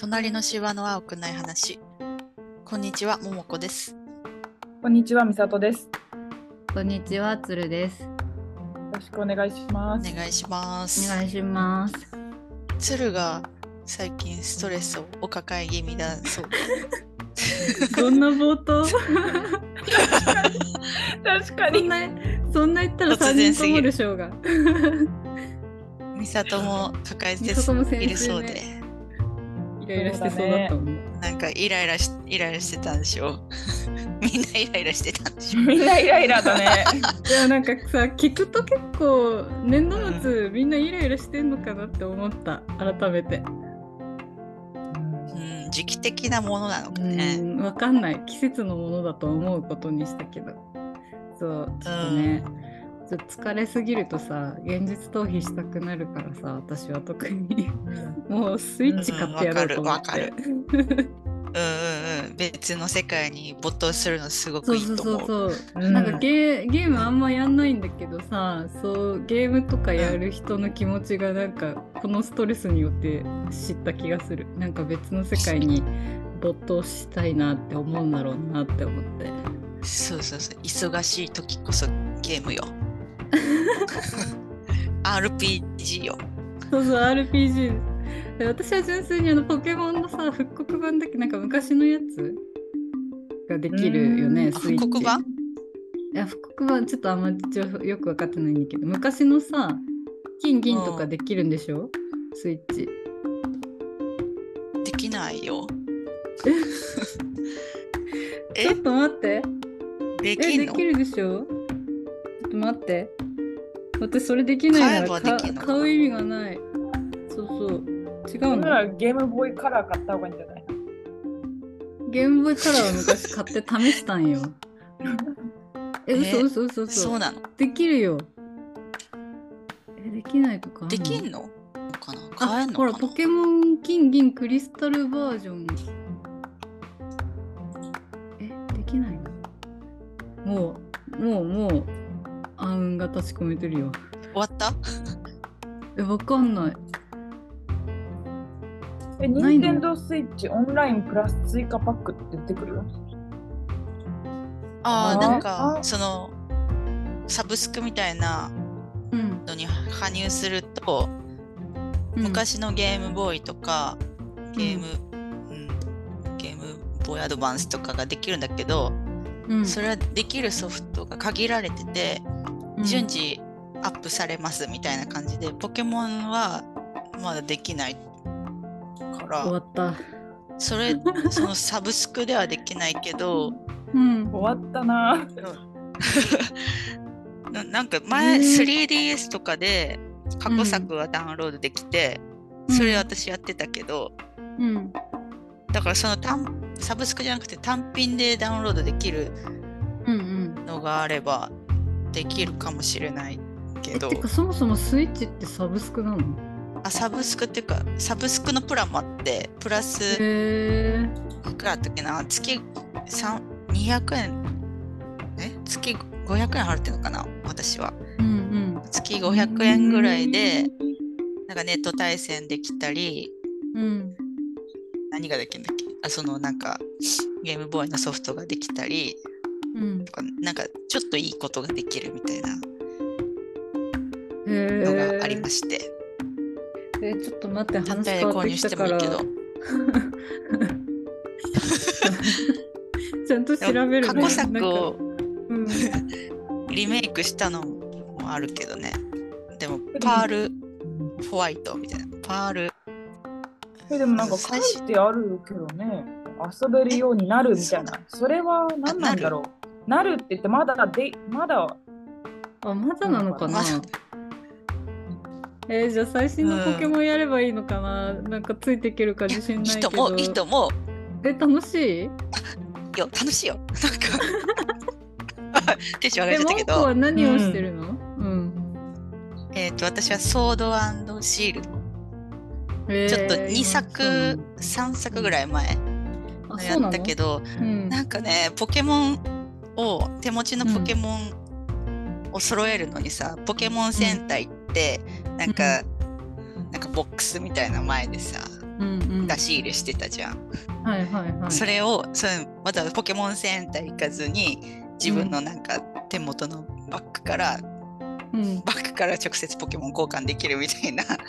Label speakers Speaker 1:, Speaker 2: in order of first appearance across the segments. Speaker 1: 隣のシワの青くない話。こんにちは、ももこです。
Speaker 2: こんにちは、みさとです。よ
Speaker 3: こんにちは、つるです。
Speaker 2: ろしくお願いしま
Speaker 1: お
Speaker 2: す。
Speaker 1: 願いしま
Speaker 3: お
Speaker 1: す。
Speaker 3: 願いします。
Speaker 1: 鶴が最近ストレスをお抱え気味だ そうで
Speaker 3: そんな冒頭、
Speaker 2: 確か
Speaker 3: そん。な、そんな言ったら
Speaker 1: 突然
Speaker 3: 三人
Speaker 1: す
Speaker 3: と
Speaker 1: ぎ
Speaker 3: も
Speaker 1: る
Speaker 3: でしょうが。
Speaker 1: す。美里も抱えて
Speaker 3: 美里も先週ね
Speaker 1: いるそうで、
Speaker 3: イライラしてそうだったもん。
Speaker 1: なんかイライラしイライラしてたんでしょ う。みんなイライラしてたんで しょう。
Speaker 2: みんなイライラだね。
Speaker 3: いや、なんかさ、聞くと結構、年度末、みんなイライラしてんのかなって思った、改めて。
Speaker 1: うん、時期的なものなのか
Speaker 3: う
Speaker 1: ね。
Speaker 3: ん、わかんない。季節のものだと思うことにしたけど。そう、ちょっとね。ちょっと疲れすぎるとさ現実逃避したくなるからさ私は特に
Speaker 1: うん、うん、
Speaker 3: もうスイッチ買ってやろうと思っ
Speaker 1: うんわかる
Speaker 3: て、
Speaker 1: うんうん、別の世界に没頭するのすご
Speaker 3: そ
Speaker 1: く
Speaker 3: う
Speaker 1: い
Speaker 3: そ
Speaker 1: いうと
Speaker 3: そ
Speaker 1: 思う。
Speaker 3: うそう
Speaker 2: うん
Speaker 3: なんかゲーゲームあんまやんないんだけどさそうゲームとかやる人の気持ちがなんかこのストレスによって知った気がするなんか別の世界に没頭したいなって思うんだろうなって思って
Speaker 1: そうそうそう忙しい時こそゲーム よ RPG よ
Speaker 3: そうそう RPG で私は純粋にあのポケモンのさ復刻版だっけなんか昔のやつができるよ
Speaker 2: う
Speaker 3: ね
Speaker 2: ん
Speaker 3: スイッ
Speaker 1: 復
Speaker 3: チ
Speaker 1: 刻版
Speaker 3: いや復刻版ちょっとあんま情報よく分かってないんだけど昔のさ金銀とかできるんでしょ、スイッチ
Speaker 1: できないよえ
Speaker 3: ち ょっと待って
Speaker 1: で
Speaker 3: え
Speaker 1: きん
Speaker 3: で
Speaker 1: の
Speaker 3: きるでしょちょっと待って私それできないな
Speaker 1: 買えば
Speaker 3: ら
Speaker 1: でき
Speaker 3: か
Speaker 1: んのかな
Speaker 3: 買う意味がないそうそう違う
Speaker 2: なら
Speaker 3: の
Speaker 2: ゲームボーイカラー買った方がいいんじゃない
Speaker 3: ゲームボーイカラーを昔買って試したんよ え
Speaker 1: ね
Speaker 3: 嘘嘘嘘嘘
Speaker 1: そうなの
Speaker 3: できるよえできないとかあんの
Speaker 1: できんのかな
Speaker 3: あ
Speaker 1: 買えんの
Speaker 3: ほ
Speaker 1: からな
Speaker 3: ポ ケモン金銀クリスタルバージョンえできないのもうもうもう暗雲が立ち込めてるよ
Speaker 1: 終わった
Speaker 3: えわかんない
Speaker 2: え、
Speaker 3: ない
Speaker 2: 任天
Speaker 3: の
Speaker 2: 堂スイッチオンラインプラス追加パックって出てくるよ。
Speaker 1: あ
Speaker 2: あ
Speaker 1: ー
Speaker 2: ー
Speaker 1: なんか
Speaker 2: あ
Speaker 1: そのサブスクみたいな
Speaker 3: うん、
Speaker 1: のに加入すると、
Speaker 3: うん、
Speaker 1: 昔のゲームボーイとかゲーム、うんゲームボーイアドバンスとかができるんだけど、
Speaker 3: うん
Speaker 1: それはできるソフトが限られてて、
Speaker 3: うん
Speaker 1: 順次アップされますみたいな感じでポケモンはまだできないか
Speaker 3: 終わ
Speaker 1: ら
Speaker 3: った
Speaker 1: そ れそのサブスクではできないけど
Speaker 3: うん
Speaker 2: 終わったな。
Speaker 1: ななんか前
Speaker 3: へー
Speaker 1: 3DS とかで過去作がダウンロードできて、
Speaker 3: うん
Speaker 1: それ私やってたけど
Speaker 3: うん
Speaker 1: だからその単サブスクじゃなくて単品でダウンロードできる
Speaker 3: うんうん
Speaker 1: のがあればできるかもしれないけ
Speaker 3: え
Speaker 1: ど
Speaker 3: てかそもそもスイッチってサブスクなの
Speaker 1: あサブスクっていうかサブスクのプランもあってプラス、
Speaker 3: へえ
Speaker 1: いくらだったっけな月3 200円え月500円払ってるのかな私は
Speaker 3: うん
Speaker 1: 月500円ぐらいでなんかネット対戦できたり
Speaker 3: うんうん
Speaker 1: 何ができるんだっけあそのなんかゲームボーイのソフトができたり
Speaker 3: うん
Speaker 1: とかなんかちょっといいことができるみたいな
Speaker 3: へ
Speaker 1: の
Speaker 3: え
Speaker 1: がありまして、
Speaker 3: えーちょっと待って、
Speaker 1: 単
Speaker 3: 話
Speaker 1: 体
Speaker 3: 変
Speaker 1: で
Speaker 3: わっ
Speaker 1: 購
Speaker 3: て
Speaker 1: 入
Speaker 3: き
Speaker 1: したても
Speaker 3: か
Speaker 1: いい
Speaker 3: ら。
Speaker 1: けど
Speaker 3: ちゃんと調べるね。
Speaker 1: 過去作
Speaker 3: なんか
Speaker 1: を
Speaker 3: うん
Speaker 1: リメイクしたのもあるけどねでもパールホワイトみたいなパール
Speaker 2: え、でもなんか書
Speaker 1: 最新
Speaker 2: いてあるけどね。遊べるようになるみたいな。それは何なんだろう。なるって言ってまだで、まだ
Speaker 3: あ、まだなのかな
Speaker 1: まだ
Speaker 3: えーじゃあ最新のポケモンやればいいのかな、なんかついていけるか自信
Speaker 1: い
Speaker 3: ない
Speaker 1: い
Speaker 3: けど。
Speaker 1: と思ういいと思う
Speaker 3: え、楽しい
Speaker 1: よ楽しいよなんかテンション上が
Speaker 3: え、
Speaker 1: っちゃっ
Speaker 3: モ
Speaker 1: た
Speaker 3: ン
Speaker 1: け
Speaker 3: コ
Speaker 1: ど
Speaker 3: は何をしてるのうん。
Speaker 1: えっ、と私はソードシールド
Speaker 3: えー
Speaker 1: ちょっと2作、
Speaker 3: 今
Speaker 1: 3作ぐらい前
Speaker 3: そうな
Speaker 1: や
Speaker 3: の
Speaker 1: ったけ
Speaker 3: ど、
Speaker 1: ど
Speaker 3: うん
Speaker 1: なんかねポケモンを手持ちのポケモンを揃えるのにさ、ポケモンセンター行ってなんか、なんかボックスみたいな前でさ
Speaker 3: うんうん
Speaker 1: 出し入れしてたじゃん、
Speaker 3: はいはいはい
Speaker 1: それをそれまたポケモンセンター行かずに自分のなんか手元のバッグから、
Speaker 3: うん
Speaker 1: バッグから直接ポケモン交換できるみたいなこと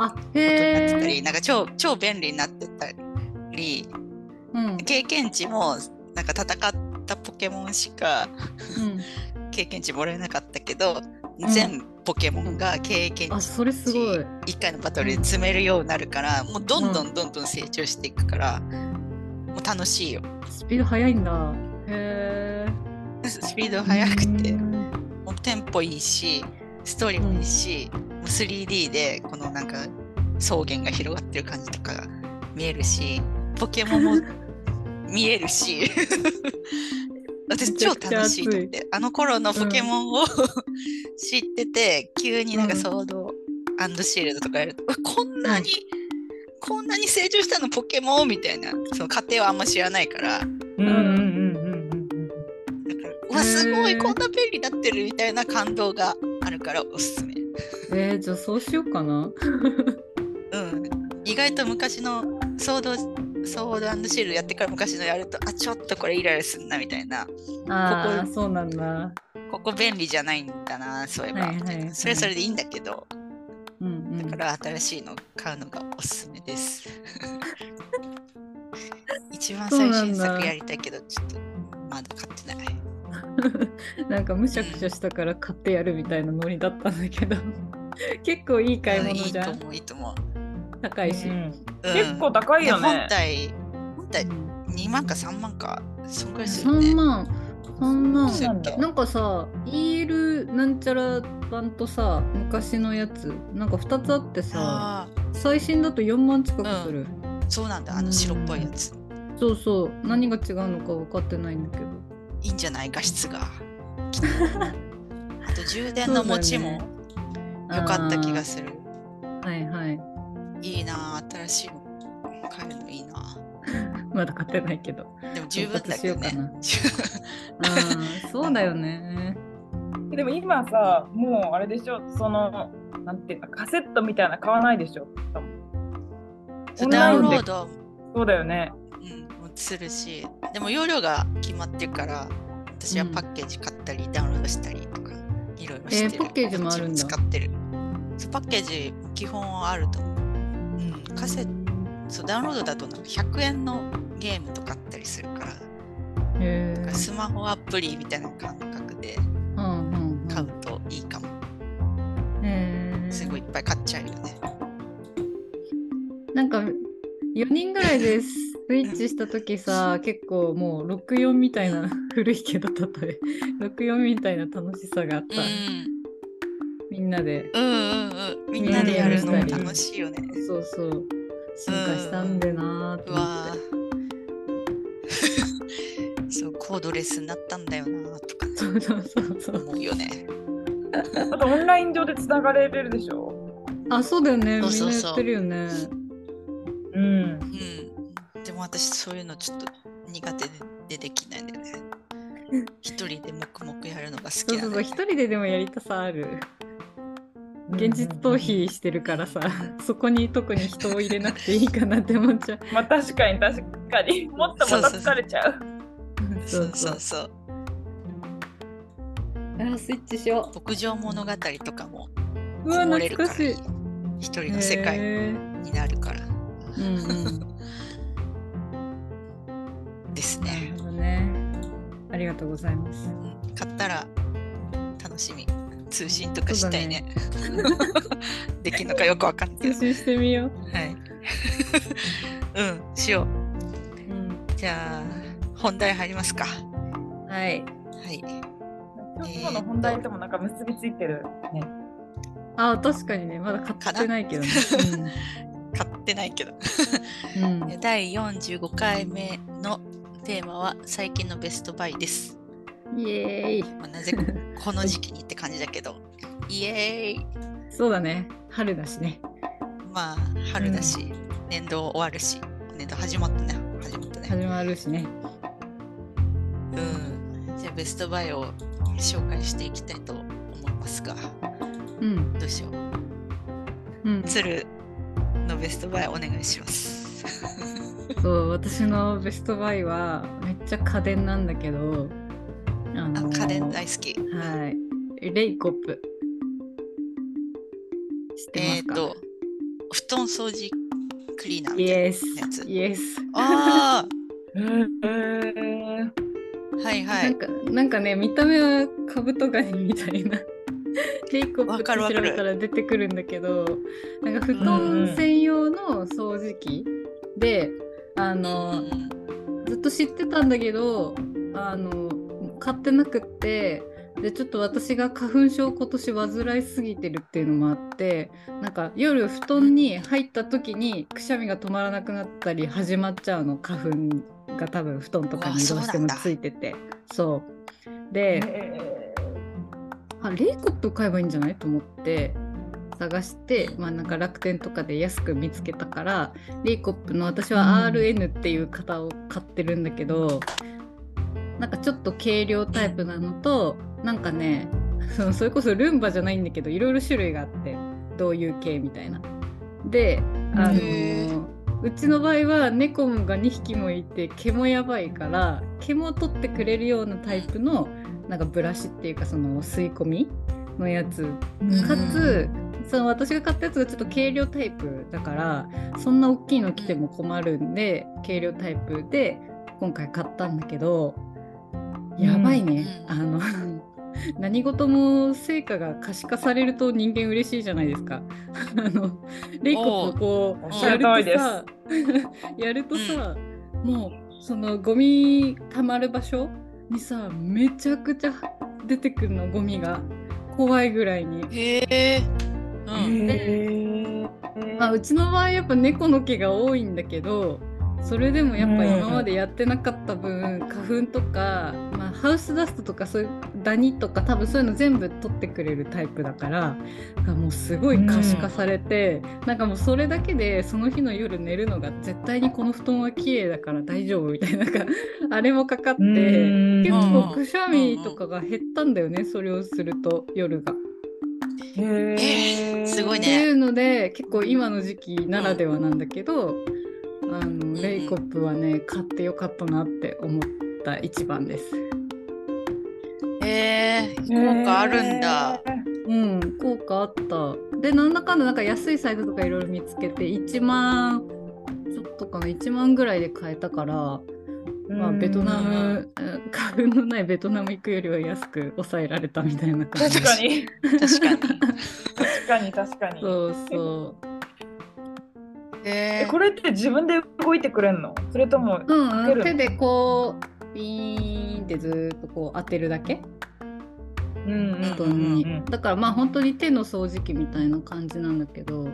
Speaker 3: あ
Speaker 1: になってた
Speaker 3: へ
Speaker 1: り、
Speaker 3: え
Speaker 1: なんか超超便利になってたり
Speaker 3: うんうん
Speaker 1: 経験値もなんか戦ったポケモンしか経験値もらえなかったけど、
Speaker 3: ん
Speaker 1: 全ポケモンが経験
Speaker 3: あ
Speaker 1: 値
Speaker 3: それすごい
Speaker 1: 1回のバトルで詰めるようになるからもうどんどんどんどん成長していくから、もう楽しいよ
Speaker 3: スピード速いんだへえ
Speaker 1: スピード速くて
Speaker 3: うん
Speaker 1: もうテンポいいしストーリーもいいし、もう 3D でこのなんか草原が広がってる感じとかが見えるしポケモンも見えるし 私超楽しいと思ってあの頃のポケモンを知ってて急になんか
Speaker 3: うん
Speaker 1: ソードアンドシールドとかやると、うわこんなに、こんなに成長したのポケモンみたいなその過程はあんま知らないから。
Speaker 2: うんうんうんうんうんうん。
Speaker 1: なんかうわすご
Speaker 3: へ
Speaker 1: い
Speaker 3: ー
Speaker 1: こんな便利になってるみたいな感動があるからおすすめ。
Speaker 3: えー、じゃあそうしようかな
Speaker 1: うん、意外と昔のソードソードシールドやってから昔のやるとあちょっとこれイライラすんなみたいな
Speaker 3: ああそうなんだ
Speaker 1: ここ便利じゃないんだなそういえば、
Speaker 3: はいはいはい
Speaker 1: それはそれでいいんだけど
Speaker 3: うんう
Speaker 1: だ
Speaker 3: ん
Speaker 1: から新しいの買うのがおすすめです 一番最新
Speaker 3: そうなん
Speaker 1: 作
Speaker 3: だ
Speaker 1: やりたいけどちょっとまだ買ってない
Speaker 3: なんかむしゃくしゃしたから買ってやるみたいなノリだったんだけど 結構いい買い
Speaker 1: うん
Speaker 3: 物
Speaker 1: いい
Speaker 3: じゃ
Speaker 1: と
Speaker 3: ん
Speaker 1: 思ういいと思う、
Speaker 3: 高いし、
Speaker 2: うん
Speaker 1: うん
Speaker 2: 結構高いよ
Speaker 1: いや
Speaker 2: ね
Speaker 1: 本。体本体
Speaker 3: うん
Speaker 1: 2万か3万かそんぐらいするよね
Speaker 3: 3万3万
Speaker 2: そうなんだ
Speaker 3: なんかさ EL なんちゃら版とさ昔のやつなんか2つあってさ
Speaker 1: あ
Speaker 3: 最新だと4万近くする、
Speaker 1: あそうなんだあの白っぽいやつ
Speaker 3: そうそう何が違うのか分かってないんだけど
Speaker 1: いいんじゃない画質がきっとあと充電の持ちも良かった気が
Speaker 3: す
Speaker 1: する、
Speaker 3: るはいはい
Speaker 1: いいなあ新しいの買えるのいいな
Speaker 3: まだ買ってないけど
Speaker 1: あでも十分だけどね
Speaker 3: 奮あーそうだよね
Speaker 2: でも今さ、もうあれでしょ、その、なんていうか、カセットみたいなの買わないでしょ。多分
Speaker 1: そうダウンロード、
Speaker 2: そうだよね。
Speaker 1: うん、もするしでも容量が決まってるから私はパッケージ買ったり、ダウンロードしたりとかいろいろしてる、
Speaker 3: えーパッケージもあるんだ
Speaker 1: 自分使ってるそうパッケージ基本はあると思う、うん、カセットそうダウンロードだとなんか100円のゲームとかあったりするから
Speaker 3: へ
Speaker 1: なんか
Speaker 3: ー
Speaker 1: スマホアプリみたいな感覚で
Speaker 3: うんうんうん
Speaker 1: 買うといいかも
Speaker 3: へー
Speaker 1: すごいいっぱい買っちゃうよね
Speaker 3: なんか4人ぐらいでスイッチした時さ結構もう64みたいな 古いけど例え64みたいな楽しさがあった、
Speaker 1: う
Speaker 3: みんなで
Speaker 1: んうんうんうんみんなでやるのも楽しいよね
Speaker 3: そうそう進化したんでなーと
Speaker 1: う
Speaker 3: 思っ
Speaker 1: わ
Speaker 3: て、
Speaker 1: ー そうコードレスになったんだよなとかね
Speaker 3: そうそうそうそう
Speaker 1: 思うよね
Speaker 2: あとオンライン上でつながれるでしょ。
Speaker 3: あそうだよね
Speaker 1: そう
Speaker 3: みん
Speaker 1: そう
Speaker 3: な
Speaker 1: そ
Speaker 3: や
Speaker 1: う
Speaker 3: ってるよね
Speaker 2: う
Speaker 1: う。
Speaker 2: ん
Speaker 1: んでも私そういうのちょっと苦手でできないんだよね一人で黙々やるのが好
Speaker 3: そ
Speaker 1: き
Speaker 3: う
Speaker 1: な
Speaker 3: そ
Speaker 1: ん
Speaker 3: う
Speaker 1: だ
Speaker 3: そう
Speaker 1: よ
Speaker 3: 一人ででもやりたさある現実逃避してるからさそこに特に人を入れなくていいかなって思っちゃう
Speaker 2: まあ確かに確かに もっとまた疲れちゃう。
Speaker 1: そうそうそう
Speaker 3: あスイッチしよ
Speaker 1: 牧場物語とかも
Speaker 3: ううわ
Speaker 1: こもれ
Speaker 3: 懐
Speaker 1: るか
Speaker 3: からしい
Speaker 1: 一人の世界
Speaker 3: へー
Speaker 1: になるから
Speaker 3: うんうん
Speaker 1: です
Speaker 3: なる
Speaker 1: ね、
Speaker 3: ほどね。ありがとうございます。
Speaker 1: うん買ったら楽しみ通信とかしたいねできるのかよくわかんないけど
Speaker 3: 通信してみよう。
Speaker 1: はい うんしようじゃあ本題入りますかは
Speaker 3: はい。
Speaker 1: い
Speaker 2: 今日の本題ともなんか結びついてるね。
Speaker 3: あ、確かにね、まだ買ってないけどね。
Speaker 1: 買ってないけど
Speaker 3: うん。うん
Speaker 1: で第45回目のテーマは最近のベストバイです
Speaker 3: イエーイ。
Speaker 1: まあな ぜここの時期にって感じだけどイエーイ
Speaker 3: そうだね。春だしね。
Speaker 1: まあ春だし、年度終わるし年度始まったね始まったね
Speaker 3: 始まるしね。
Speaker 1: うんじゃあベストバイを紹介していきたいと思いますが
Speaker 3: うん。
Speaker 1: どうしよう
Speaker 3: うん。
Speaker 1: 鶴のベストバイお願いします。
Speaker 3: そう私のベストバイはめっちゃ家電なんだけどあ
Speaker 1: あ家電大好き。
Speaker 3: はいレイコップ
Speaker 1: え
Speaker 3: 知ってます
Speaker 1: っ、ー、
Speaker 3: か、
Speaker 1: と、布団掃除クリーナーみ
Speaker 3: イ
Speaker 1: たい
Speaker 3: エス
Speaker 1: なやつ。
Speaker 3: イエス
Speaker 1: あ
Speaker 2: へー
Speaker 1: あ、はいは
Speaker 3: なん
Speaker 1: い。
Speaker 3: かなんかね見た目はカブトガニみたいな レイコップ
Speaker 1: わ
Speaker 3: って
Speaker 1: かるわか
Speaker 3: 調
Speaker 1: る
Speaker 3: べたら出てくるんだけどなんか布団専用の掃除機で、 あの
Speaker 1: うん
Speaker 3: ずっと知ってたんだけどあの買ってなくってでちょっと私が花粉症今年患いすぎてるっていうのもあってなんか夜布団に入った時にくしゃみが止まらなくなったり始まっちゃうの花粉が多分布団とかにどうしてもついててそうで、
Speaker 2: へ
Speaker 3: あレイコップ買えばいいんじゃないと思って探して、まあ、なんか楽天とかで安く見つけたからレイコップの私は
Speaker 2: うん
Speaker 3: RN っていう型を買ってるんだけど、なんかちょっと軽量タイプなのとなんかね そのそれこそルンバじゃないんだけどいろいろ種類があってどういう系みたいな。であ
Speaker 1: へ
Speaker 3: のうちの場合は猫が2匹もいて毛もやばいから毛も取ってくれるようなタイプのなんかブラシっていうかその吸い込みのやつ
Speaker 2: ー
Speaker 3: かつその私が買ったやつがちょっと軽量タイプだからそんな大きいの着ても困るんで軽量タイプで今回買ったんだけどやばいね、
Speaker 1: う
Speaker 3: あ
Speaker 1: ん
Speaker 3: の 何事も成果が可視化されると人間嬉しいじゃないですか。あのレイコップをこ
Speaker 2: おーお
Speaker 3: うや
Speaker 2: っしゃる
Speaker 3: る
Speaker 2: 通
Speaker 3: とさ やるとさ、もうそのゴミたまる場所にさめちゃくちゃ出てくるのゴミが怖いぐらいに
Speaker 1: へえ。う
Speaker 2: ー
Speaker 1: ん。
Speaker 2: へー
Speaker 3: まあ、うちの場合やっぱ猫の毛が多いんだけどそれでもやっぱ今までやってなかった分、花粉とか、まあ、ハウスダストとかそういうダニとか多分そういうの全部取ってくれるタイプだからだからもうすごい可視化されて、なんかもうそれだけでその日の夜寝るのが絶対にこの布団は綺麗だから大丈夫み たいななんかあれもかかって
Speaker 2: う
Speaker 3: 結
Speaker 2: ーん
Speaker 3: 構くしゃみとかが減ったんだよねそれをすると夜が。
Speaker 2: へー
Speaker 1: すごい
Speaker 3: っ
Speaker 1: ね
Speaker 3: ていうので結構今の時期ならではなんだけど、あのレイコップはね買ってよかったなって思った一番です。
Speaker 1: えー、効果あるんだ。
Speaker 2: へー
Speaker 3: うん効果あった。でなんだかんだなんか安いサイトとかいろいろ見つけて1万ちょっとかな1万ぐらいで買えたから、まあ、ベトナムうん花粉のないベトナム行くよりは安く抑えられたみたいな感 じ
Speaker 2: 確。かに
Speaker 1: 確 かに。
Speaker 2: 確かに確かに
Speaker 3: そうそう。
Speaker 1: え
Speaker 2: え
Speaker 1: ー、
Speaker 2: これって自分で動いてくれんのそれとも
Speaker 3: うん
Speaker 2: け
Speaker 3: うん、
Speaker 2: る
Speaker 3: 手でこうビーンってずーっとこう当てるだけ
Speaker 2: うんうん
Speaker 3: 布
Speaker 1: うん
Speaker 3: 団
Speaker 1: うん
Speaker 3: に、
Speaker 2: うん
Speaker 3: だからまあ本当に手の掃除機みたいな感じなんだけど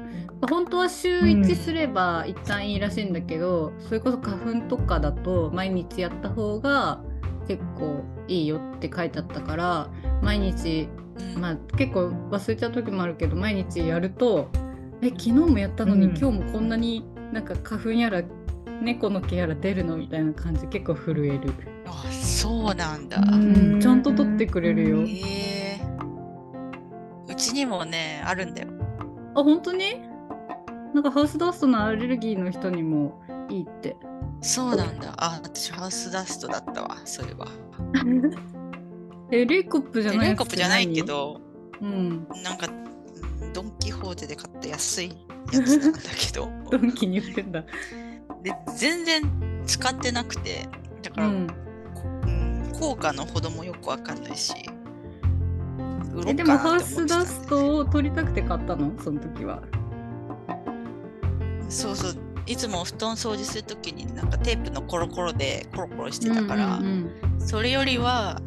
Speaker 3: 本当は週1すれば一旦いいらしいんだけど、それこそ花粉とかだと毎日やった方が結構いいよって書いてあったから毎日
Speaker 1: うん
Speaker 3: まあ結構忘れちゃう時もあるけど毎日やるとえ昨日もやったのに、
Speaker 2: うん
Speaker 3: 今日もこんなになんか花粉やら猫の毛やら出るのみたいな感じ結構震える、
Speaker 1: あそうなんだ。
Speaker 2: う
Speaker 3: うん、ちゃんと取ってくれるよ、
Speaker 2: うん
Speaker 1: へえうちにもねあるんだよ。
Speaker 3: あ本当になんかハウスダストのアレルギーの人にもいいって
Speaker 1: そうなんだ。あ私ハウスダストだったわそれは。
Speaker 3: えレイコップじゃ
Speaker 1: で
Speaker 3: ない
Speaker 1: レイ
Speaker 3: やつ
Speaker 1: コップじゃないけど
Speaker 3: 何うん
Speaker 1: なんかうんドン・キホーテで買った安いやつなんだけ ど
Speaker 3: ドンキに売ってんだ
Speaker 1: で全然使ってなくてだ
Speaker 3: う
Speaker 1: から、
Speaker 3: ん
Speaker 1: うん効果のほどもよくわかんないし。売ろ
Speaker 3: え
Speaker 1: う
Speaker 3: で
Speaker 1: か
Speaker 3: も
Speaker 1: な
Speaker 3: ハウ
Speaker 1: って思
Speaker 3: ス
Speaker 1: ってたんだよね
Speaker 3: ダストを取りたくて買ったのその時は
Speaker 1: そうそういつもお布団掃除するときになんかテープのコロコロでコロコロしてたから、
Speaker 3: うんうん
Speaker 1: それよりは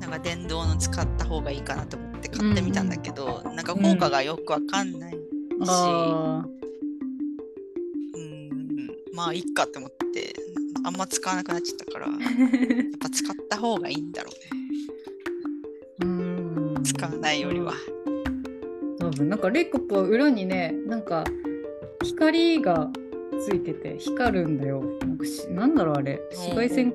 Speaker 1: なんか電動の使った方がいいかなと思って買ってみたんだけど、なんか効果がよくわかんない、
Speaker 3: うんあ
Speaker 1: うん、まあいいかと思ってあんま使わなくなっちゃったからやっ
Speaker 3: ー
Speaker 1: ぱ使った方がいいんだろうね
Speaker 3: うん
Speaker 1: 使わないよりは。
Speaker 3: 多分なんかレイコップは裏にねなんか光がついてて光るんだよなんかしなんだろうあれ紫外線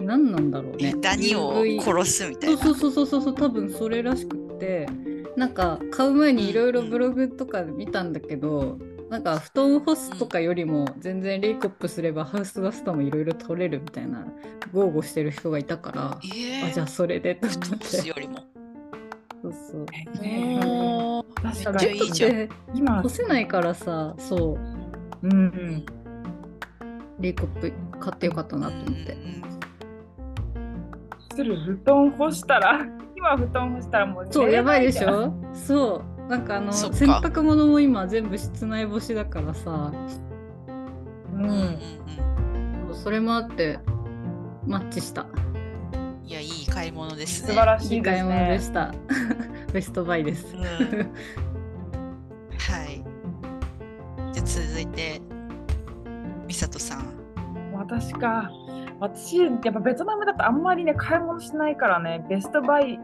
Speaker 3: 何なんだろうね
Speaker 1: ダニを
Speaker 3: UV
Speaker 1: 殺すみたい
Speaker 3: そう
Speaker 1: な。
Speaker 3: そうそうそうそうそう多分それらしくってなんか買う前にいろいろブログとか見たんだけど、なんか布団干すとかよりも全然レイコップすればハウスダストもいろいろ取れるみたいな豪語してる人がいたから、
Speaker 1: え
Speaker 3: あじゃあそれでと思って
Speaker 1: スよりも。
Speaker 3: そうそう
Speaker 2: ね
Speaker 1: おー
Speaker 2: 確
Speaker 1: めっ
Speaker 2: か
Speaker 1: ちゃい
Speaker 2: に
Speaker 1: いじゃん
Speaker 3: で
Speaker 2: 今
Speaker 3: 干せないからさそう
Speaker 2: うんうん
Speaker 3: レイコップ買ってよかったなと思って
Speaker 1: うんうんうん
Speaker 2: する布団干したら 今布団干したらもう
Speaker 3: そうやばいでし
Speaker 2: 寝れな
Speaker 3: ょそうなんかあの
Speaker 1: そっか
Speaker 3: 洗濯物も今全部室内干しだからさ
Speaker 2: じゃ
Speaker 1: う
Speaker 2: ん
Speaker 1: ん
Speaker 2: うん
Speaker 1: うん
Speaker 3: それもあってマッチした
Speaker 1: うんいや、いい買い物ですね。
Speaker 2: 素晴らし
Speaker 3: い
Speaker 2: い
Speaker 3: い
Speaker 2: で
Speaker 3: 買い
Speaker 2: す
Speaker 3: 物で
Speaker 2: ね
Speaker 3: した ベストバイです
Speaker 1: うんはい。じゃあ続いて、みさとさん。
Speaker 2: 私か私やっぱベトナムだとあんまりね買い物しないからねベストバイ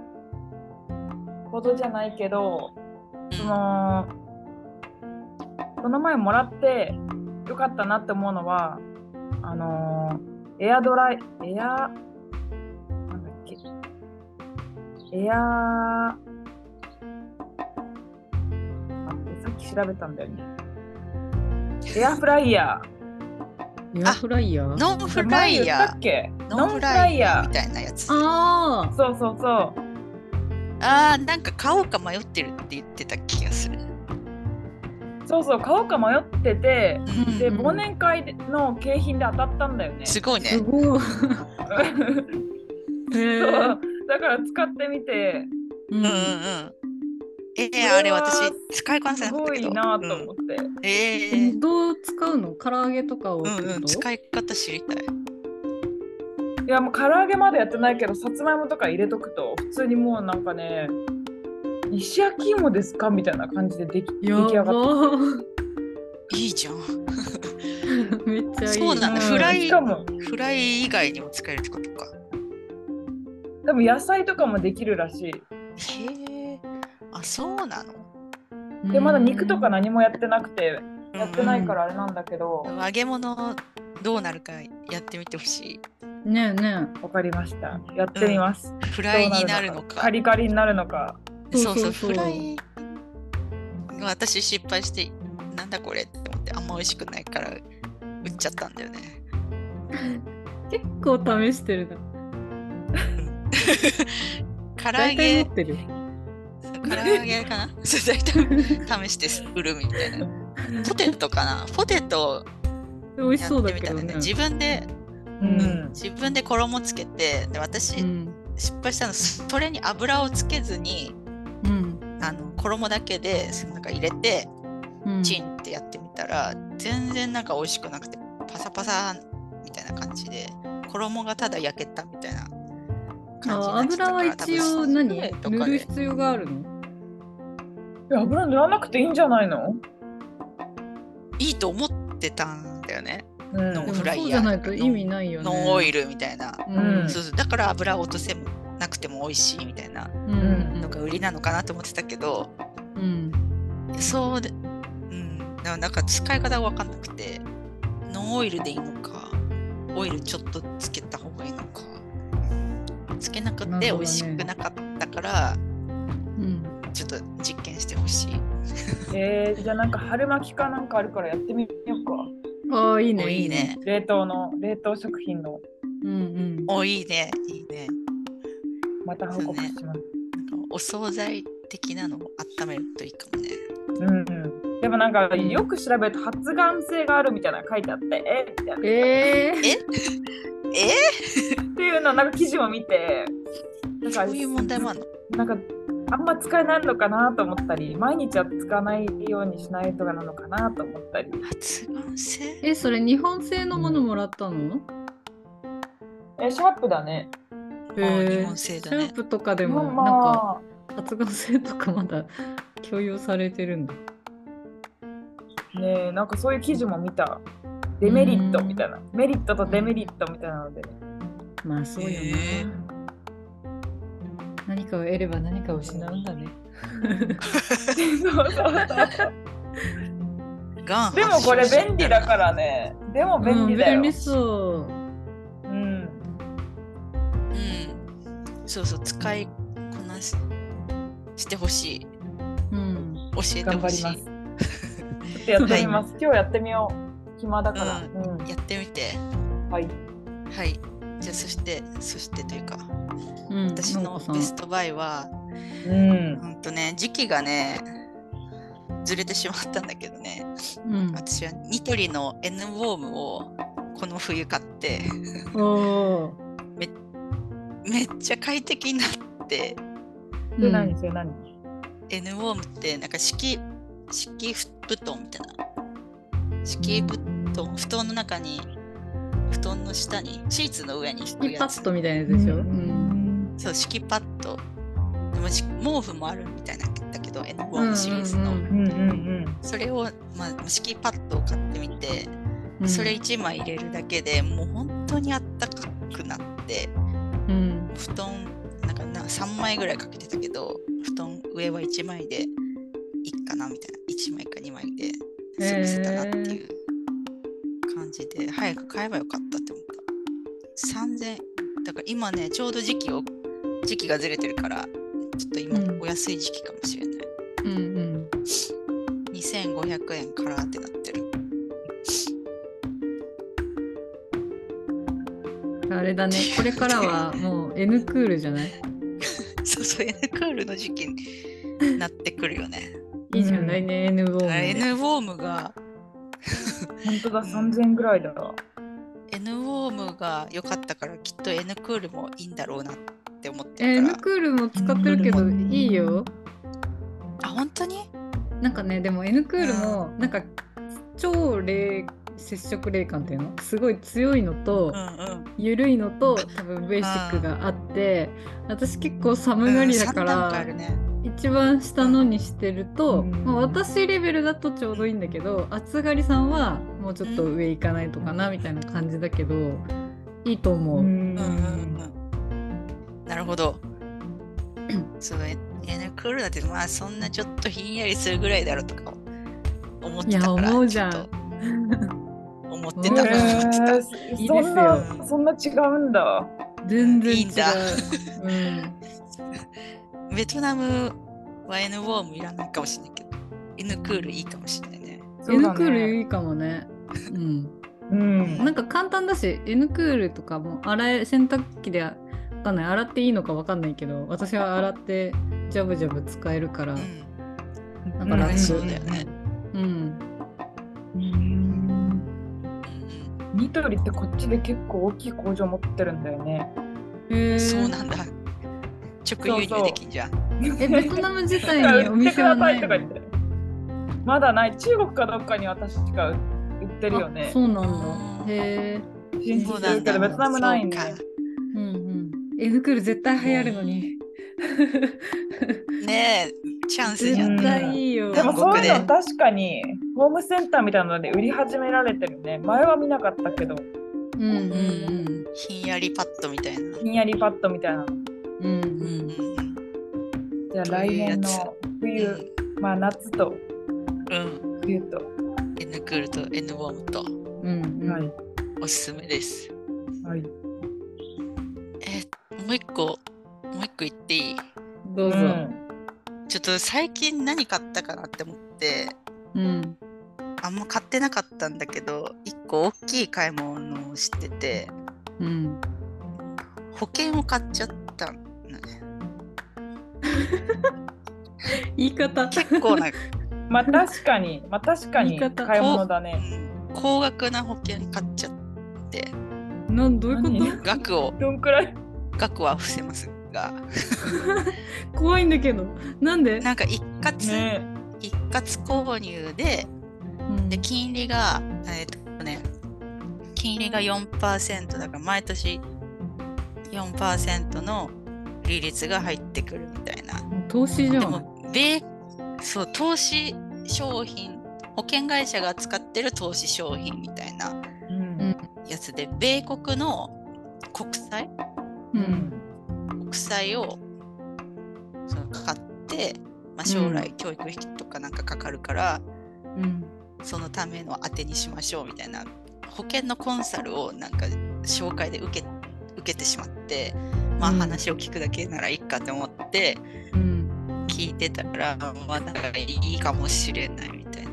Speaker 2: ほどじゃないけどそのこの前もらってよかったなって思うのはあのーエアドライエアなんだっけエアあさっき調べたんだよねエアフライヤー
Speaker 3: エアフライヤー
Speaker 1: ノンフライ
Speaker 2: 前言っ
Speaker 1: ヤ
Speaker 2: たっけ
Speaker 1: ー。
Speaker 2: ノンフライ
Speaker 1: ノ
Speaker 2: ヤ
Speaker 1: ンフライヤーみ
Speaker 2: ー
Speaker 1: たいなやつ。あ
Speaker 3: ああ
Speaker 2: そうそうそう
Speaker 1: あー、なんか買おうか迷ってるって言ってた気がする。
Speaker 2: そうそう買おうか迷ってて
Speaker 1: うん
Speaker 2: で
Speaker 3: うん
Speaker 2: 忘年会の景品で当たったんだよね
Speaker 1: すごいね
Speaker 3: す。ごい
Speaker 2: そう
Speaker 3: へー
Speaker 2: だから使ってみて
Speaker 3: う
Speaker 1: うん
Speaker 3: ん
Speaker 1: うんうん。ええあれ私使いこなせ
Speaker 2: す
Speaker 1: なかっ
Speaker 2: ご
Speaker 1: たけど。
Speaker 2: いなと思って、
Speaker 1: うんええ
Speaker 3: どう使うの唐揚げとかをっ
Speaker 1: う
Speaker 3: てこ
Speaker 1: ん
Speaker 3: と、
Speaker 1: うん、使い方知りたい。
Speaker 2: いやもう唐揚げまでやってないけどさつまいもとか入れとくと普通にもうなんかね石焼き芋ですかみたいな感じででき出来上
Speaker 3: やば
Speaker 2: がっ
Speaker 3: ー
Speaker 1: いいじゃん。
Speaker 3: めっちゃいい
Speaker 1: そうな
Speaker 2: たうん
Speaker 1: だフライ
Speaker 2: しかも
Speaker 1: フライ以外にも使えるってことか。
Speaker 2: 多分野菜とかもできるらしい
Speaker 1: へえ。あ、そうなの。
Speaker 2: でまだ肉とか何もやってなくてや
Speaker 1: や
Speaker 2: ってないからあれなんだけど
Speaker 1: 揚げ物どうなるかやってみてほし
Speaker 3: ねえね
Speaker 2: わかりましたやってみます、
Speaker 1: い。フ
Speaker 2: ど
Speaker 1: ラ
Speaker 2: う
Speaker 1: イになるのか。
Speaker 2: カリカリになるのか
Speaker 1: そうそう
Speaker 3: そうそうそう
Speaker 1: フライ。私失敗してなんだこれって思ってあんま美味しくないから売っちゃったんだよね。
Speaker 3: え結構試してるな
Speaker 1: 唐揚
Speaker 3: 大
Speaker 1: げ
Speaker 3: 体持ってる
Speaker 1: 唐揚げか なそう大体試して売るみたいなポテトかなポテト
Speaker 3: 美味し
Speaker 1: や
Speaker 3: そう
Speaker 1: って
Speaker 3: だ
Speaker 1: み
Speaker 3: け
Speaker 1: た
Speaker 3: ど
Speaker 1: んだよね
Speaker 3: ね。
Speaker 1: 自分で、
Speaker 2: う
Speaker 3: うん
Speaker 2: ん
Speaker 1: 自分で衣つけてで私、
Speaker 3: うん
Speaker 1: 失敗したのそれに油をつけずに
Speaker 3: うん
Speaker 1: あの衣だけでなんか入れて
Speaker 3: うん
Speaker 1: チンってやってみたら全然なんか美味しくなくてパサパサみたいな感じで衣がただ焼けたみたいな感じ
Speaker 3: あ
Speaker 1: になっちゃ
Speaker 3: 油は
Speaker 1: ったから
Speaker 3: 一応何
Speaker 1: 多分スープと
Speaker 3: 塗
Speaker 1: か
Speaker 3: る
Speaker 1: で
Speaker 3: 必要があるの
Speaker 2: え油塗らなくていいんじゃないの
Speaker 1: いいと思ってたんだよね
Speaker 2: うん
Speaker 1: ノ
Speaker 3: で
Speaker 1: ン
Speaker 3: も
Speaker 1: フ
Speaker 3: そ
Speaker 1: ライ
Speaker 3: うじゃ
Speaker 1: ヤー
Speaker 3: ないと意味ないよね。
Speaker 1: ノンオイルみたいな
Speaker 3: うん。
Speaker 2: うん
Speaker 1: そうそうだから油を落とせなくても美味しいみたいな
Speaker 3: うん
Speaker 1: のが売りなのかなと思ってたけど
Speaker 3: うん
Speaker 1: そうで、うん、ななんか使い方が分かんなくてノンオイルでいいのかオイルちょっとつけた方がいいのかつけなく
Speaker 3: な
Speaker 1: て美
Speaker 3: るほどね
Speaker 1: 味しくなかったから、
Speaker 3: うん
Speaker 1: ちょっと実験してほしい。
Speaker 2: えー、じゃあなんか春巻きかなんかあるからやってみようか。
Speaker 3: ああいい
Speaker 1: お
Speaker 3: ね
Speaker 1: いい。ね。
Speaker 2: 冷凍の冷凍食品の
Speaker 3: うん
Speaker 1: おいいね。いいね。
Speaker 2: また報告します。
Speaker 1: なんかお惣菜的なのを温めるといいかもね。
Speaker 2: うんうん。でもなんか
Speaker 3: うん
Speaker 2: よく調べると発がん性があるみたいなの書いてあって、えみたいな
Speaker 3: うん。え
Speaker 1: え
Speaker 3: え。
Speaker 2: っていうのをなんか記事を見て、なんか
Speaker 1: そういう問題もあるの
Speaker 2: なんかあんま使えないのかなと思ったり、毎日は使わないようにしないとかなのかなと思ったり。
Speaker 1: 発がん性
Speaker 3: えそれ日本製のものもらったの？
Speaker 2: え、シャープだね。
Speaker 1: あ
Speaker 3: え
Speaker 1: 日
Speaker 3: え。
Speaker 1: 本
Speaker 3: シ
Speaker 1: 製
Speaker 3: ャ
Speaker 1: だね
Speaker 3: ープとかで
Speaker 2: ま
Speaker 3: も
Speaker 2: あ
Speaker 3: なん
Speaker 2: ま
Speaker 3: か
Speaker 2: あ
Speaker 3: 発芽性とかまだ共有されてるんだ。
Speaker 2: ねえなんかそういう記事も見たデメリットみたいなメリットとデメリットみたいなの で
Speaker 3: まあそうよ
Speaker 1: へえ
Speaker 3: な。何かを得れば何かを失うんだね。
Speaker 2: そうそうそう
Speaker 1: がん
Speaker 2: でもこれ
Speaker 1: 発症。
Speaker 2: 便利だかららねでも
Speaker 3: う
Speaker 2: 便利
Speaker 3: ん
Speaker 2: だよ、う
Speaker 3: 便
Speaker 2: ん
Speaker 3: 利そう。
Speaker 1: うん。そうそう、使いこなししてほしい。
Speaker 3: うん。
Speaker 1: 教えて
Speaker 2: 頑
Speaker 1: ほ
Speaker 2: 張
Speaker 1: し
Speaker 2: り
Speaker 1: い。
Speaker 2: ますっとやってみます。今日やってみよう。暇だから。
Speaker 1: う
Speaker 2: うん。
Speaker 1: やってみて
Speaker 2: はい。
Speaker 1: はいじゃあそしてそしてというか
Speaker 3: うん、
Speaker 1: 私の
Speaker 3: さん
Speaker 1: ベストバイは
Speaker 2: うん。
Speaker 1: うんとね時期がねずれてしまったんだけどね
Speaker 3: うん、
Speaker 1: 私はニトリの N ウォームをこの冬買って
Speaker 3: おー
Speaker 1: めっちゃ快適になって
Speaker 2: それ何それ何
Speaker 1: N ウォームってなんか敷敷布団みたいな敷布団布団の中に布団の下にシーツの上に敷
Speaker 3: う
Speaker 1: く
Speaker 3: ん敷きパ
Speaker 1: やつ
Speaker 3: ッドみたいなやつでしょ、
Speaker 2: う
Speaker 3: うん
Speaker 2: ん
Speaker 1: そう敷きパッドでもし毛布もあるみたいなんだけど N ウォームシリーズの、
Speaker 3: うんうん
Speaker 2: うんうん
Speaker 1: それを、まあ、敷きパッドを買ってみて
Speaker 3: うん
Speaker 1: それ1枚入れるだけでもう本当にあったかくなって
Speaker 3: うん
Speaker 1: 布団なんかな3枚ぐらいかけてたけど布団上は1枚でいいかなみたいな1枚か2枚で過ごせたなっていう感じで、早く買えばよかったって思った3000だから今ねちょうど時期を時期がずれてるからちょっと今
Speaker 3: うん
Speaker 1: お安い時期かもしれない、
Speaker 3: うんうん
Speaker 1: 2500円からってなってる
Speaker 3: あれだね、これからはもう N クールじゃない
Speaker 1: そうそう N クールの時期になってくるよね
Speaker 3: いいじゃ
Speaker 2: うん
Speaker 3: ん、来年 N ウォーム
Speaker 1: あ
Speaker 3: で。
Speaker 1: N ウォームが
Speaker 2: うん。本当だ、3000円ぐらいだ。
Speaker 1: N ウォームが良かったからきっと N クールもいいんだろうなって思って
Speaker 3: え
Speaker 1: る
Speaker 3: N
Speaker 1: から、
Speaker 3: クールも使ってるけどいいよ。
Speaker 1: あ本当に
Speaker 3: なんかね、でも N クールもなんか超冷接触冷感っていうのすごい強いのと
Speaker 1: うんうん
Speaker 3: 緩いのと多分ベーシックがあって私結構寒がりだか
Speaker 1: うん三段階あ
Speaker 3: ら
Speaker 1: るね
Speaker 3: 一番下のにしてると、
Speaker 2: うん
Speaker 3: まあ、私レベルだとちょうどいいんだけど暑がりさんはもうちょっと上行かないとかなみたいな感じだけどいいと思う。
Speaker 2: ん
Speaker 1: うんうんうんなるほどそう N N クールだってまあそんなちょっとひんやりするぐらいだろうとか思ってたから
Speaker 3: いや思うじゃん
Speaker 1: ちょっと思って
Speaker 2: え
Speaker 1: たから思ってた
Speaker 2: ー、
Speaker 3: いい
Speaker 2: そ
Speaker 3: で
Speaker 2: ん
Speaker 3: す
Speaker 2: な
Speaker 1: よ
Speaker 2: そんな違うんだ。
Speaker 3: 全然違う。
Speaker 1: いいんだ
Speaker 3: うん
Speaker 1: ベトナムは N ウォームいらないかもしれないけど N クールいいかもしれないね
Speaker 3: N クールいいかもね。うん、
Speaker 2: うん。
Speaker 3: なんか簡単だし N クールとかも洗え洗濯機でわかんない洗っていいのかわかんないけど私は洗ってジャブジャブ使えるから
Speaker 1: う、ん
Speaker 3: だから
Speaker 1: うんそうだよね
Speaker 3: うん、
Speaker 2: うん
Speaker 1: うん
Speaker 2: ニトリってこっちで結構大きい工場持ってるんだよね。
Speaker 1: うんそう
Speaker 3: だ
Speaker 1: なんだ直輸入できんじゃん
Speaker 3: えベトナム自体にお
Speaker 2: 売ってく
Speaker 3: 店は
Speaker 2: ださ
Speaker 3: ない
Speaker 2: いとか
Speaker 3: の
Speaker 2: 言って。まだない。中国かどっかに私しか売ってるよ
Speaker 3: あ
Speaker 2: ね
Speaker 3: そ。うなんだへえ
Speaker 2: 信じ
Speaker 1: そう
Speaker 2: て
Speaker 1: な
Speaker 2: る
Speaker 1: ん
Speaker 2: け
Speaker 1: だ
Speaker 2: どベトナムないんで。
Speaker 1: そうか
Speaker 3: うんうん N クール絶対流行るのに
Speaker 1: ねえチャンスじゃんね
Speaker 3: 絶対いいよ
Speaker 2: でもそうい
Speaker 1: 南国
Speaker 2: う
Speaker 1: で
Speaker 2: の確かにホームセンターみたいなので売り始められてるね。前は見なかったけど、
Speaker 3: うんうん
Speaker 1: ひんやりパッドみたいな。
Speaker 2: ひんやりパッドみたいなの。
Speaker 3: うんうんう
Speaker 1: うん
Speaker 3: ん
Speaker 2: じゃあ来年の冬、まあ夏と
Speaker 1: うん。
Speaker 2: 冬と。
Speaker 1: N クールと N ウォームと
Speaker 3: うんうん
Speaker 2: はい。
Speaker 1: おすすめです。
Speaker 2: はい。
Speaker 1: え、もう一個、もう一個言っていい
Speaker 3: どうぞ、
Speaker 2: うん
Speaker 1: ちょっと最近何買ったかなって思って、
Speaker 3: うん
Speaker 1: あんま買ってなかったんだけど、一個大きい買い物をしてて、
Speaker 3: うん、
Speaker 1: 保険を買っちゃったのね。
Speaker 3: 言い方
Speaker 1: 結構な、
Speaker 2: まあ確かに、まあ確かに
Speaker 3: 言い方
Speaker 2: 買い物だ
Speaker 1: う
Speaker 2: ね。
Speaker 1: ん高額な保険買っちゃって、
Speaker 3: なんどういうこ
Speaker 2: 何
Speaker 1: 額を、
Speaker 2: どんくらい
Speaker 1: 額は伏せますが、
Speaker 3: と怖いんだけどなんで
Speaker 1: なんか一括、
Speaker 2: ね
Speaker 1: 一括購入で、
Speaker 3: うん
Speaker 1: で金利がえーっ、とね金利が4%だから毎年4%の利率が入ってくるみたいな
Speaker 3: 投資じゃ
Speaker 1: で
Speaker 3: ん
Speaker 1: も米そう投資商品保険会社が扱ってる投資商品みたいな
Speaker 2: うん
Speaker 1: やつで米国の国債
Speaker 3: う
Speaker 2: うんん
Speaker 1: 国債をその買って、まあ、将来教育費とかなんかかかるから、
Speaker 3: うん
Speaker 1: そのための当てにしましょうみたいな保険のコンサルをなんか紹介で受け受けてしまって、まあ、
Speaker 3: うん
Speaker 1: 話を聞くだけならいいかと思って
Speaker 3: うん
Speaker 1: 聞いてたら、まあ、なんかいいかもしれないみたいな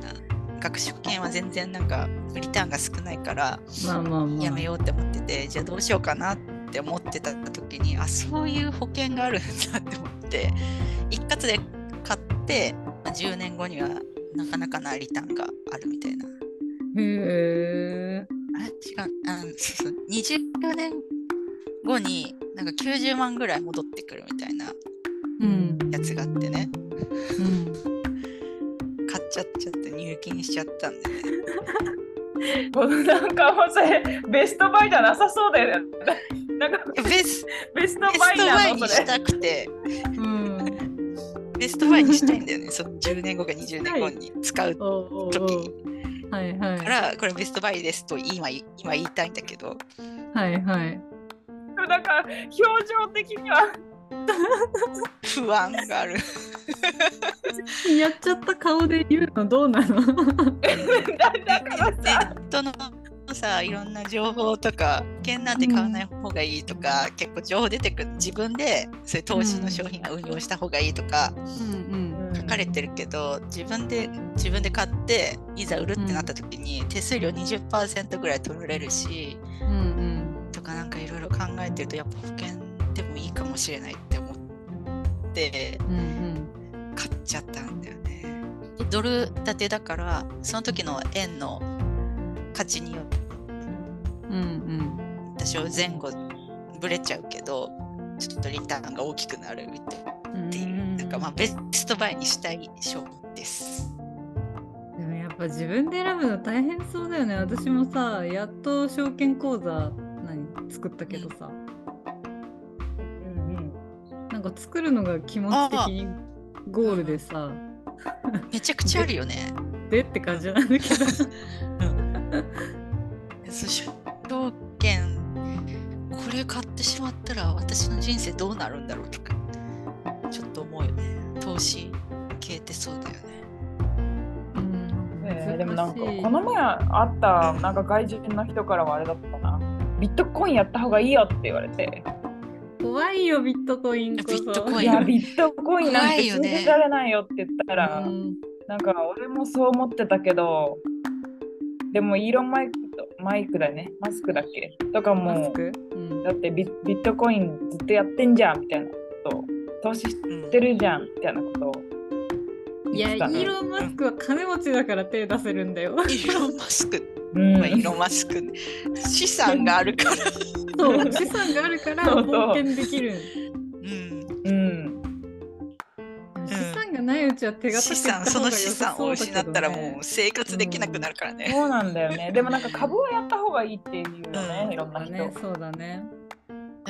Speaker 1: 学食券は全然なんかリターンが少ないから
Speaker 3: まあまあまあ
Speaker 1: やめようって思っててじゃあどうしようかなって思ってた時にあそういう保険があるんだって思って一括で買ってまあ10年後にはなかなかなリターンがあるみたいな
Speaker 3: へえ
Speaker 1: あれ違うあそうそう20年後になんか90万ぐらい戻ってくるみたいな
Speaker 3: うん
Speaker 1: やつがあってね
Speaker 3: うん
Speaker 1: 買っちゃっちゃって入金しちゃったんでね
Speaker 2: もうなんかもうそれベストバイじゃなさそうだよね。なんか
Speaker 1: ベス
Speaker 2: ベスト
Speaker 1: ベ
Speaker 2: バ
Speaker 1: ス
Speaker 2: イ
Speaker 1: トバ
Speaker 2: な
Speaker 1: イ
Speaker 2: の
Speaker 1: に
Speaker 2: そ
Speaker 1: し
Speaker 2: れ。
Speaker 1: たくて
Speaker 3: うん
Speaker 1: ベストバイにしたいんだよねその10年後か20年後に使う
Speaker 3: おうおう
Speaker 1: 時に
Speaker 3: おうはいはい
Speaker 1: からこれベストバイですと今い今言いたいんだけど
Speaker 3: はいはい
Speaker 2: なんか表情的には
Speaker 1: 不安があ る
Speaker 3: やっちゃった顔で言うのどうなの
Speaker 2: だだから
Speaker 1: ネットのさいろんな情報とか保険なんて買わない方がいいとか、結構情報出てくる自分でそういう投資の商品は運用した方がいいとか
Speaker 3: うん
Speaker 1: 書かれてるけど、自分で自分で買っていざ売るってなった時に手数料20%ぐらい取られるし
Speaker 3: うんうん
Speaker 1: とかなんかいろいろ考えてるとやっぱ保険でもいいかもしれないって思って
Speaker 3: うんうん
Speaker 1: 買っちゃったんだよね。でドル建てだからその時の円の価値によって
Speaker 3: うん
Speaker 1: 多少前後ぶれちゃうけどちょっとリターンが大きくなるみたいな
Speaker 3: うん
Speaker 1: っていうなんかまあベストバイにしたい商品です。
Speaker 3: でもやっぱ自分で選ぶの大変そうだよね私もさやっと証券口座何作ったけどさなんか作るのが気持ち的にゴールでさ
Speaker 1: めちゃくちゃあるよね。
Speaker 3: でって感じなんだけど
Speaker 1: そう証券これ買ってしまったら私の人生どうなるんだろうとかちょっと思うよね投資系ってそうだよね
Speaker 3: うん
Speaker 2: えーでもなんか
Speaker 3: 難しい
Speaker 2: この前あったなんか外人の人からはあれだったな。ビットコインやった方がいいよって言われて。
Speaker 3: 怖いよビットコインこそ
Speaker 1: ビットコ
Speaker 2: い
Speaker 1: イン
Speaker 2: や、ビットコインなんて信じられないよって言ったら、
Speaker 3: うん
Speaker 2: なんか俺もそう思ってたけど、でもイーロンマイクとマイクだよね、マスクだっけとか
Speaker 3: マス
Speaker 2: も、
Speaker 3: ク、うん
Speaker 2: だってビビットコインずっとやってんじゃんみたいなことを、投資し
Speaker 1: うん
Speaker 2: てるじゃんみたいなことを。
Speaker 3: いや、イ
Speaker 2: 言ってたね
Speaker 3: ーロン・マスクは金持ちだから手出せるんだよ。
Speaker 1: イーロン・マスク、
Speaker 2: うん
Speaker 1: まあ、イーロン・マスク資産があるから、
Speaker 3: そう、資産があるから
Speaker 2: そうそう
Speaker 3: 冒険できる。
Speaker 1: うん、
Speaker 2: うん、
Speaker 3: 資産がないうちは手堅
Speaker 1: 資
Speaker 3: く
Speaker 1: 産その資産を失ったらもう生活できなくなるからね、
Speaker 2: そうなんだよね。でもなんか株はやった方がいいっていうよね、
Speaker 1: うん
Speaker 2: いろんな
Speaker 3: う
Speaker 2: 人。
Speaker 3: ね、そうだね。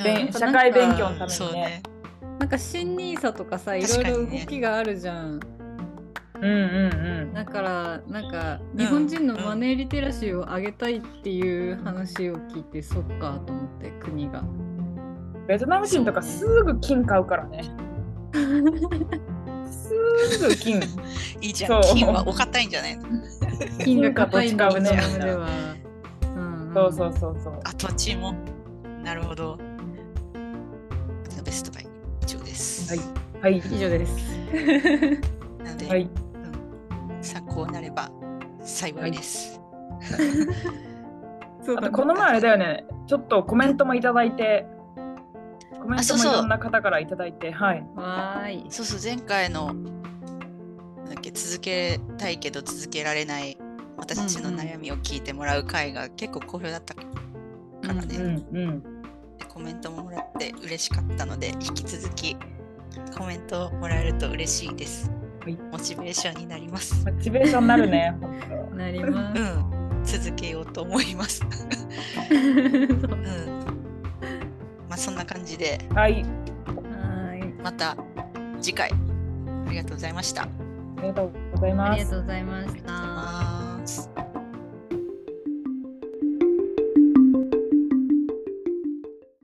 Speaker 1: うん
Speaker 2: で
Speaker 3: ん
Speaker 2: 社会勉強のためにね。
Speaker 1: そうね
Speaker 3: なんか新ニーサとかさ、いろ
Speaker 1: 確
Speaker 3: い
Speaker 1: か
Speaker 3: ろ
Speaker 1: にね
Speaker 3: 動きがあるじゃん。
Speaker 2: うんうん
Speaker 3: だから、なんか日本人のマネーリテラシーを上げたいっていう話を聞いて、そっかと思って、国が。
Speaker 2: うん。ベトナム人とかすぐ金買うからね。すぐ金。
Speaker 1: いいじゃん
Speaker 2: そう
Speaker 1: 金はお堅いんじゃないの
Speaker 3: 金が硬いんだ、ベ
Speaker 2: 金が
Speaker 3: トナ
Speaker 2: 硬い
Speaker 3: ム
Speaker 2: ん だ
Speaker 3: では。んん
Speaker 2: そうそうそうそう。
Speaker 1: あ土地もなるほどベストバイ一応です、
Speaker 2: ははい。
Speaker 3: 以上です。
Speaker 1: なので、
Speaker 2: はい。
Speaker 1: 参考になれば幸いです、
Speaker 3: そう
Speaker 2: あと
Speaker 3: だね
Speaker 2: この前あれだよね。ちょっとコメントもいただいて、コメン
Speaker 1: あそ
Speaker 2: ト
Speaker 1: う
Speaker 2: もい
Speaker 1: そう
Speaker 2: ろんな方からいただいて、はい。
Speaker 3: わーい。
Speaker 1: そうそう前回のなんだっけ続けたいけど続けられない私たちの悩みを聞いてもらう回が結構好評だったからね、
Speaker 2: うんうん。
Speaker 1: でコメントももらって嬉しかったので引き続きコメントをもらえると嬉しいです、
Speaker 2: はい
Speaker 1: モチベーションになります
Speaker 2: モチベーションになるね。本
Speaker 3: なりま
Speaker 1: う
Speaker 3: す。
Speaker 1: ん続けようと思います、
Speaker 3: そう
Speaker 1: うん、まあそんな感じで
Speaker 2: 当はい。
Speaker 3: はい。
Speaker 1: また次回ありがとうございました
Speaker 2: ありがとうござい
Speaker 3: あ
Speaker 2: ます
Speaker 3: りが。とうございました。